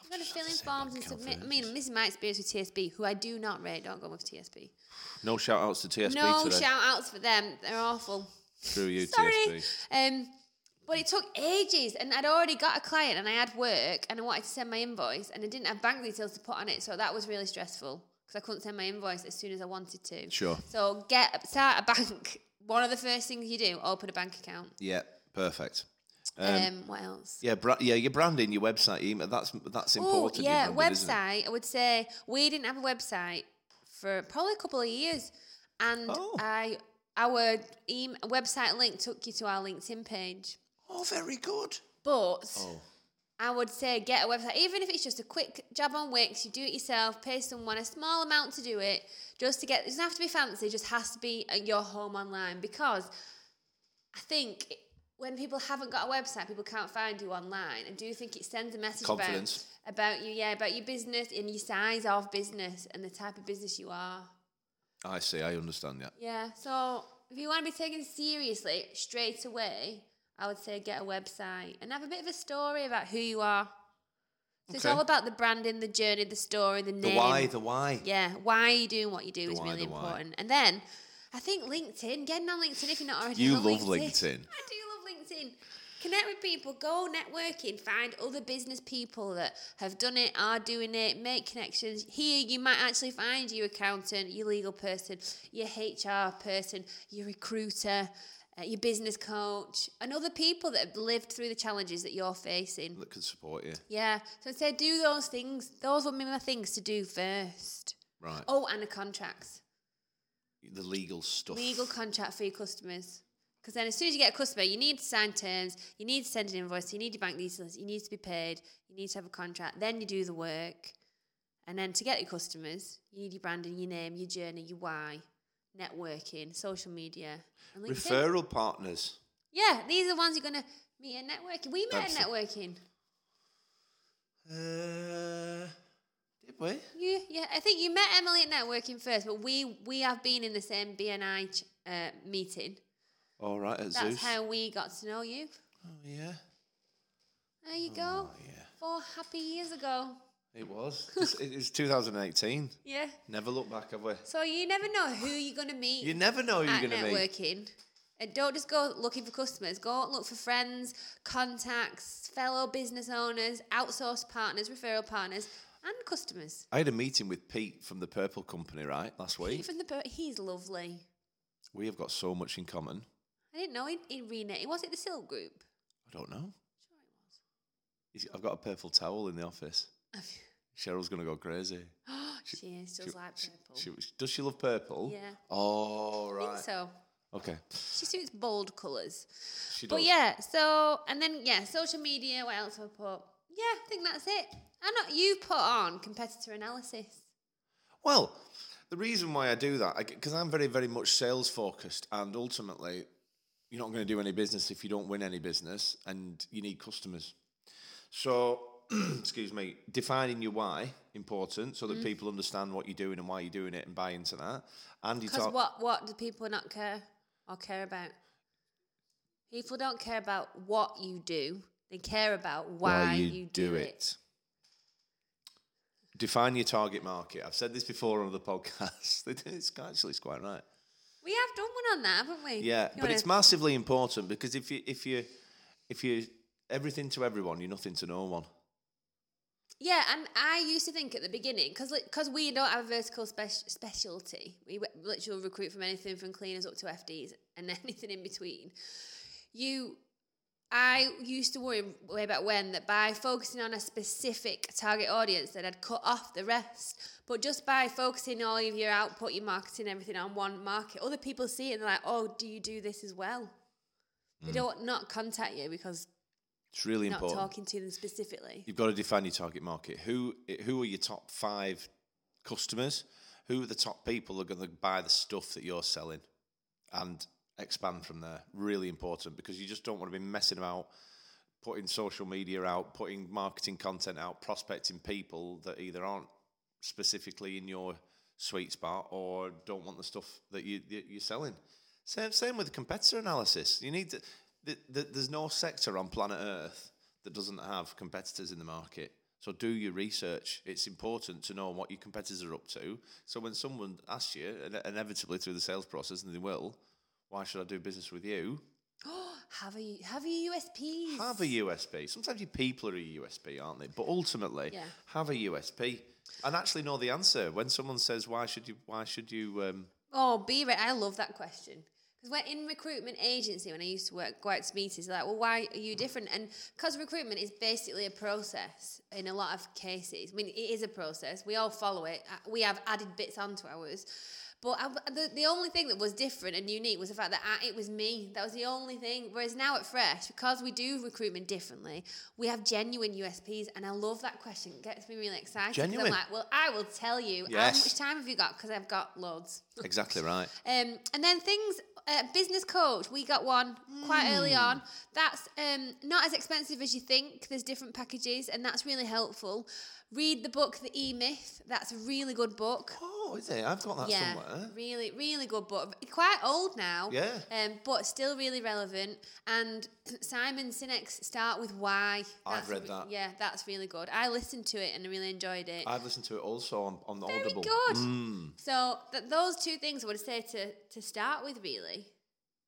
[SPEAKER 1] You've got to
[SPEAKER 2] just
[SPEAKER 1] fill
[SPEAKER 2] had
[SPEAKER 1] in
[SPEAKER 2] to say that
[SPEAKER 1] forms and
[SPEAKER 2] account for
[SPEAKER 1] submit. I
[SPEAKER 2] ages.
[SPEAKER 1] mean, this is my experience with TSB, who I do not rate. Don't go with TSB.
[SPEAKER 2] No shout outs to TSB
[SPEAKER 1] no
[SPEAKER 2] today.
[SPEAKER 1] shout outs for them. They're awful.
[SPEAKER 2] Through you,
[SPEAKER 1] Sorry.
[SPEAKER 2] TSB.
[SPEAKER 1] Um, but it took ages, and I'd already got a client, and I had work, and I wanted to send my invoice, and I didn't have bank details to put on it, so that was really stressful because I couldn't send my invoice as soon as I wanted to.
[SPEAKER 2] Sure.
[SPEAKER 1] So get start a bank. One of the first things you do, open a bank account.
[SPEAKER 2] Yeah. Perfect.
[SPEAKER 1] Um, what else?
[SPEAKER 2] Yeah, bra- yeah, your branding, your website, email. That's that's
[SPEAKER 1] Oh,
[SPEAKER 2] important.
[SPEAKER 1] yeah,
[SPEAKER 2] remember, isn't it?
[SPEAKER 1] website. I would say we didn't have a website for probably a couple of years, and
[SPEAKER 2] Oh.
[SPEAKER 1] I our em- website link took you to our LinkedIn page.
[SPEAKER 2] Oh, very good.
[SPEAKER 1] But
[SPEAKER 2] Oh,
[SPEAKER 1] I would say get a website, even if it's just a quick job on Wix, you do it yourself, pay someone a small amount to do it, just to get, it doesn't have to be fancy, it just has to be at your home online. Because I think it- when people haven't got a website, people can't find you online. I do think it sends a message about,
[SPEAKER 2] Confidence.
[SPEAKER 1] about you, yeah, about your business and your size of business and the type of business you are.
[SPEAKER 2] I see. I understand that.
[SPEAKER 1] Yeah, so if you want to be taken seriously straight away, I would say get a website and have a bit of a story about who you are. So it's
[SPEAKER 2] Okay.
[SPEAKER 1] all about the branding, the journey, the story, the name.
[SPEAKER 2] The why, the why.
[SPEAKER 1] yeah, why you doing what you do
[SPEAKER 2] The
[SPEAKER 1] is
[SPEAKER 2] why,
[SPEAKER 1] really
[SPEAKER 2] the why.
[SPEAKER 1] important. And then I think LinkedIn, getting on LinkedIn if you're not already
[SPEAKER 2] You
[SPEAKER 1] on
[SPEAKER 2] love
[SPEAKER 1] LinkedIn.
[SPEAKER 2] LinkedIn.
[SPEAKER 1] I do love LinkedIn. Connect with people, go networking, find other business people that have done it, are doing it, make connections. Here, you might actually find your accountant, your legal person, your HR person, your recruiter, uh, your business coach, and other people that have lived through the challenges that you're facing.
[SPEAKER 2] That can support you.
[SPEAKER 1] Yeah, so I'd say do those things. Those would be my things to do first.
[SPEAKER 2] Right.
[SPEAKER 1] Oh, and the contracts.
[SPEAKER 2] The legal stuff.
[SPEAKER 1] Legal contract for your customers. Because then, as soon as you get a customer, you need to sign terms, you need to send an invoice, you need your bank details, you need to be paid, you need to have a contract. Then you do the work. And then to get your customers, you need your branding, your name, your journey, your why, networking, social media, and LinkedIn.
[SPEAKER 2] Referral partners.
[SPEAKER 1] yeah, these are the ones you're going to meet at networking. We met at
[SPEAKER 2] Absol-
[SPEAKER 1] networking.
[SPEAKER 2] Uh, did we?
[SPEAKER 1] You, yeah, I think you met Emily at networking first, but we we have been in the same BNI ch- uh, meeting.
[SPEAKER 2] All right, at
[SPEAKER 1] That's
[SPEAKER 2] Zeus.
[SPEAKER 1] how we got to know you.
[SPEAKER 2] Oh yeah.
[SPEAKER 1] There you go.
[SPEAKER 2] Oh yeah.
[SPEAKER 1] Four happy years ago.
[SPEAKER 2] It was. It's- it was 2018.
[SPEAKER 1] Yeah.
[SPEAKER 2] Never look back, have we?
[SPEAKER 1] So you never know who you're going to meet
[SPEAKER 2] You never know who
[SPEAKER 1] at
[SPEAKER 2] you're going to meet.
[SPEAKER 1] networking. And don't just go looking for customers. Go look for friends, contacts, fellow business owners, outsourced partners, referral partners, and customers.
[SPEAKER 2] I had a meeting with Pete from the Purple Company right last week.
[SPEAKER 1] Even the per- he's lovely.
[SPEAKER 2] We have got so much in common.
[SPEAKER 1] I didn't know he, he renamed. Was it the Silk Group?
[SPEAKER 2] I don't know. He's- I've got a purple towel in the office. Cheryl's gonna go crazy.
[SPEAKER 1] she, is just like purple.
[SPEAKER 2] She, does she love purple?
[SPEAKER 1] Yeah. I
[SPEAKER 2] Oh right.
[SPEAKER 1] think so.
[SPEAKER 2] Okay.
[SPEAKER 1] She suits bold colours.
[SPEAKER 2] She does.
[SPEAKER 1] But yeah, so and then yeah, social media. What else have I put? Yeah, I think that's it. And not you put on competitor analysis.
[SPEAKER 2] Well, the reason why I do that because I'm very very much sales focused, and ultimately, you're not going to do any business if you don't win any business, and you need customers. So, excuse me, defining your why important so that
[SPEAKER 1] Mm.
[SPEAKER 2] people understand what you're doing and why you're doing it and buy into that. And you
[SPEAKER 1] Because
[SPEAKER 2] talk.
[SPEAKER 1] what what do people not care or care about? People don't care about what you do. They care about why, you, do, it.
[SPEAKER 2] Define your target market. I've said this before on the podcast. it's actually it's quite right.
[SPEAKER 1] We have done one on that, haven't we?
[SPEAKER 2] Yeah,
[SPEAKER 1] You
[SPEAKER 2] but
[SPEAKER 1] wanna-
[SPEAKER 2] it's massively important because if you if you if you everything to everyone, you're nothing to no one.
[SPEAKER 1] Yeah, and I used to think at the beginning because because we don't have a vertical spec- specialty, we w- literally recruit from anything from cleaners up to FDs and anything in between. You, I used to worry way back when that by focusing on a specific target audience, that I'd cut off the rest. But just by focusing all of your output, your marketing, everything on one market, other people see it and they're like, "Oh, do you do this as well?" They don't not contact you because
[SPEAKER 2] It's really
[SPEAKER 1] you're not
[SPEAKER 2] important.
[SPEAKER 1] talking to them specifically.
[SPEAKER 2] You've got to define your target market. Who who are your top five customers? Who are the top people that are going to buy the stuff that you're selling? And expand from there. Really important because you just don't want to be messing about putting social media out, putting marketing content out, prospecting people that either aren't specifically in your sweet spot or don't want the stuff that you that you're selling. Same same with competitor analysis. You need to. The, the, there's no sector on planet Earth that doesn't have competitors in the market. So do your research. It's important to know what your competitors are up to. So when someone asks you, ine- inevitably through the sales process, and they will, why should I do business with you?
[SPEAKER 1] Have a have your USPs.
[SPEAKER 2] Have a USP. Sometimes your people are a USP, aren't they? But ultimately,
[SPEAKER 1] Yeah.
[SPEAKER 2] have a USP and actually know the answer. When someone says, "Why should you? Why should you?" Um,
[SPEAKER 1] Oh, be right. I love that question. Because when in recruitment agency, when I used to work, go out to meetings, they're like, well, why are you different? And because recruitment is basically a process in a lot of cases. I mean, it is a process. We all follow it. Uh, We have added bits onto ours. But I, the, the only thing that was different and unique was the fact that I, it was me. That was the only thing. Whereas now at Fresh, because we do recruitment differently, we have genuine USPs. And I love that question. It gets me really excited. 'cause
[SPEAKER 2] Genuine.
[SPEAKER 1] I'm like, well, I will tell you. How
[SPEAKER 2] Yes.
[SPEAKER 1] much time have you got? Because I've got loads.
[SPEAKER 2] exactly right.
[SPEAKER 1] Um, and then things, uh, business coach, we got one quite early
[SPEAKER 2] Hmm.
[SPEAKER 1] on. That's um, not as expensive as you think. There's different packages, and that's really helpful. Read the book, The E Myth. That's a really good book.
[SPEAKER 2] Oh, is it? I've got that
[SPEAKER 1] yeah,
[SPEAKER 2] somewhere.
[SPEAKER 1] really, really good book. Quite old now.
[SPEAKER 2] Yeah.
[SPEAKER 1] Um, but still really relevant. And Simon Sinek's Start with Why.
[SPEAKER 2] I've
[SPEAKER 1] That's a
[SPEAKER 2] read that.
[SPEAKER 1] Yeah, that's really good. I listened to it and I really enjoyed it.
[SPEAKER 2] I've listened to it also on, on the
[SPEAKER 1] Very
[SPEAKER 2] Audible.
[SPEAKER 1] good.
[SPEAKER 2] Mm.
[SPEAKER 1] So th- those two things I would say to to start with, really.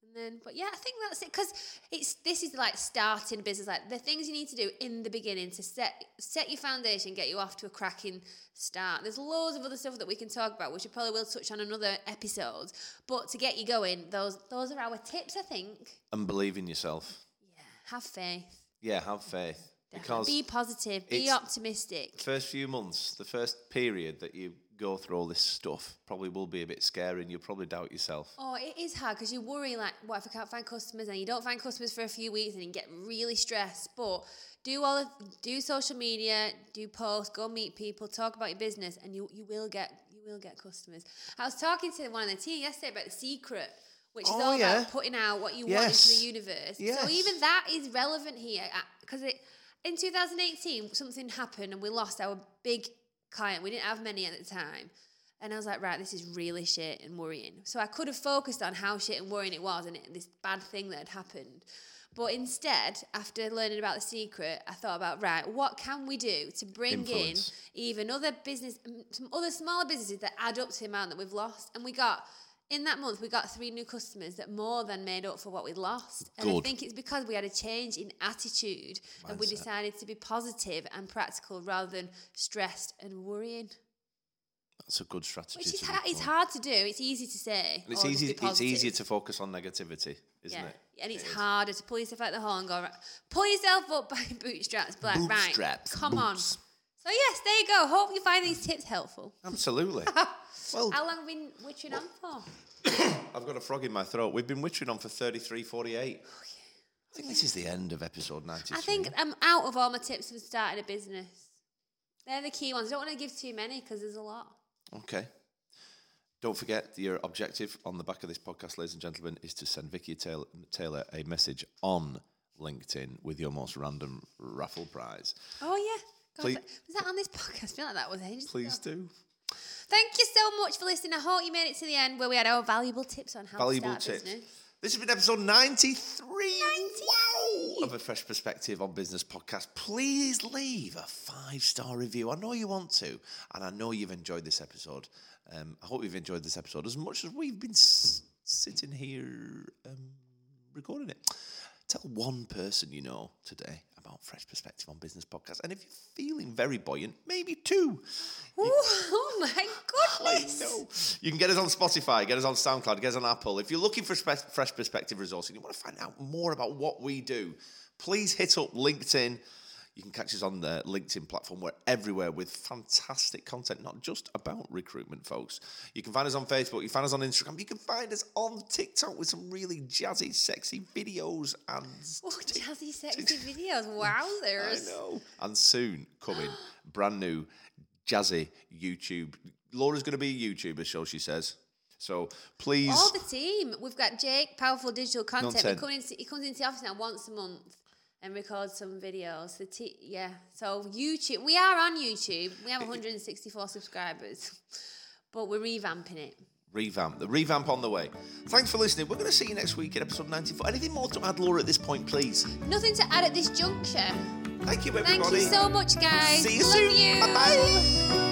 [SPEAKER 1] And then, but yeah, I think that's it because it's this is like starting a business, like the things you need to do in the beginning to set set your foundation, get you off to a cracking start. There's loads of other stuff that we can talk about, which we probably will touch on another episode. But to get you going, those those are our tips, I think.
[SPEAKER 2] And believe in yourself.
[SPEAKER 1] Yeah, have faith.
[SPEAKER 2] Yeah, have faith.
[SPEAKER 1] Definitely.
[SPEAKER 2] Because
[SPEAKER 1] Be positive. Be
[SPEAKER 2] it's-
[SPEAKER 1] optimistic.
[SPEAKER 2] first few months, the first period that you go through all this stuff probably will be a bit scary and you'll probably doubt yourself.
[SPEAKER 1] Oh, it is hard because you worry like, what if I can't find customers? And you don't find customers for a few weeks, and you get really stressed. But do all the do social media, do posts, go meet people, talk about your business, and you you will get you will get customers. I was talking to one of the team yesterday about the secret. Which is
[SPEAKER 2] Oh,
[SPEAKER 1] all
[SPEAKER 2] yeah.
[SPEAKER 1] about putting out what you want into
[SPEAKER 2] Yes.
[SPEAKER 1] the universe. So
[SPEAKER 2] Yes.
[SPEAKER 1] even that is relevant here because it in 2018 something happened and we lost our big client. We didn't have many at the time. And I was like, right, this is really shit and worrying. So I could have focused on how shit and worrying it was and it, this bad thing that had happened. But instead, after learning about the secret, I thought about, right, what can we do to bring
[SPEAKER 2] Influence.
[SPEAKER 1] in even other business, m- some other smaller businesses that add up to the amount that we've lost? And we got, in that month, we got three new customers that more than made up for what we'd lost. And I
[SPEAKER 2] Good.
[SPEAKER 1] think it's because we had a change in attitude and we
[SPEAKER 2] Mindset.
[SPEAKER 1] decided to be positive and practical rather than stressed and worrying.
[SPEAKER 2] That's a good strategy.
[SPEAKER 1] Which is
[SPEAKER 2] to
[SPEAKER 1] ha-
[SPEAKER 2] look
[SPEAKER 1] it's
[SPEAKER 2] for.
[SPEAKER 1] hard to do. It's easy to say.
[SPEAKER 2] And it's
[SPEAKER 1] "Oh, just
[SPEAKER 2] easy.
[SPEAKER 1] be
[SPEAKER 2] It's
[SPEAKER 1] positive."
[SPEAKER 2] easier to focus on negativity, isn't
[SPEAKER 1] yeah.
[SPEAKER 2] it?
[SPEAKER 1] And it's
[SPEAKER 2] It is.
[SPEAKER 1] harder to pull yourself out the hole and go, "Right, pull yourself up by your bootstraps. But like, right,
[SPEAKER 2] Bootstraps,
[SPEAKER 1] come on.
[SPEAKER 2] boots.
[SPEAKER 1] So yes, there you go. Hope you find these tips helpful.
[SPEAKER 2] Absolutely. well,
[SPEAKER 1] How long have we been witching on for?
[SPEAKER 2] I've got a frog in my throat. We've been witching on for 33, 48. I think this is the end of episode 93.
[SPEAKER 1] Oh, I think I'm out of all my tips for starting a business. They're the key ones. I don't want to give too many because there's a lot.
[SPEAKER 2] Okay. Don't forget your objective on the back of this podcast, ladies and gentlemen, is to send Vicky Taylor, Taylor a message on LinkedIn with your most random raffle prize.
[SPEAKER 1] Oh yeah. God,
[SPEAKER 2] Please-
[SPEAKER 1] that- was that on this podcast? I feel like that was ages ago.
[SPEAKER 2] Please do.
[SPEAKER 1] Thank you so much for listening. I hope you made it to the end where we had our valuable tips on how
[SPEAKER 2] Valuable
[SPEAKER 1] to start a
[SPEAKER 2] tips.
[SPEAKER 1] business.
[SPEAKER 2] This has been episode 93. Wow! Of a fresh perspective on business podcast. Please leave a five star review. I know you want to, and I know you've enjoyed this episode. Um, I hope you've enjoyed this episode as much as we've been s- sitting here um, recording it. Tell one person you know today about Fresh Perspective on Business podcast. And if you're feeling very buoyant, maybe two.
[SPEAKER 1] Ooh, oh my
[SPEAKER 2] I
[SPEAKER 1] goodness.
[SPEAKER 2] know. You can get us on Spotify, get us on SoundCloud, get us on Apple. If you're looking for spe- fresh perspective resources and you want to find out more about what we do, please hit up LinkedIn. You can catch us on the LinkedIn platform. We're everywhere with fantastic content, not just about recruitment, folks. You can find us on Facebook, you can find us on Instagram, you can find us on TikTok with some really jazzy, sexy videos and
[SPEAKER 1] Oh, jazzy sexy videos. Wowzers.
[SPEAKER 2] I know. And soon coming, brand new jazzy YouTube. Laura's going to be a YouTuber, so she says. So please,
[SPEAKER 1] All the team. We've got Jake, powerful digital content. He,
[SPEAKER 2] Content.
[SPEAKER 1] comes into, he comes into the office now once a month and records some videos. The te- yeah. So YouTube. We are on YouTube. We
[SPEAKER 2] Eh,
[SPEAKER 1] have 164 subscribers, but we're revamping it.
[SPEAKER 2] revamp. The revamp on the way. Thanks for listening. We're going to see you next week in episode 94. Anything more to add, Laura, at this point, please?
[SPEAKER 1] Nothing to add at this juncture.
[SPEAKER 2] Thank you, everybody.
[SPEAKER 1] Thank you so much, guys.
[SPEAKER 2] See you
[SPEAKER 1] Love
[SPEAKER 2] soon.
[SPEAKER 1] you.
[SPEAKER 2] Bye-bye.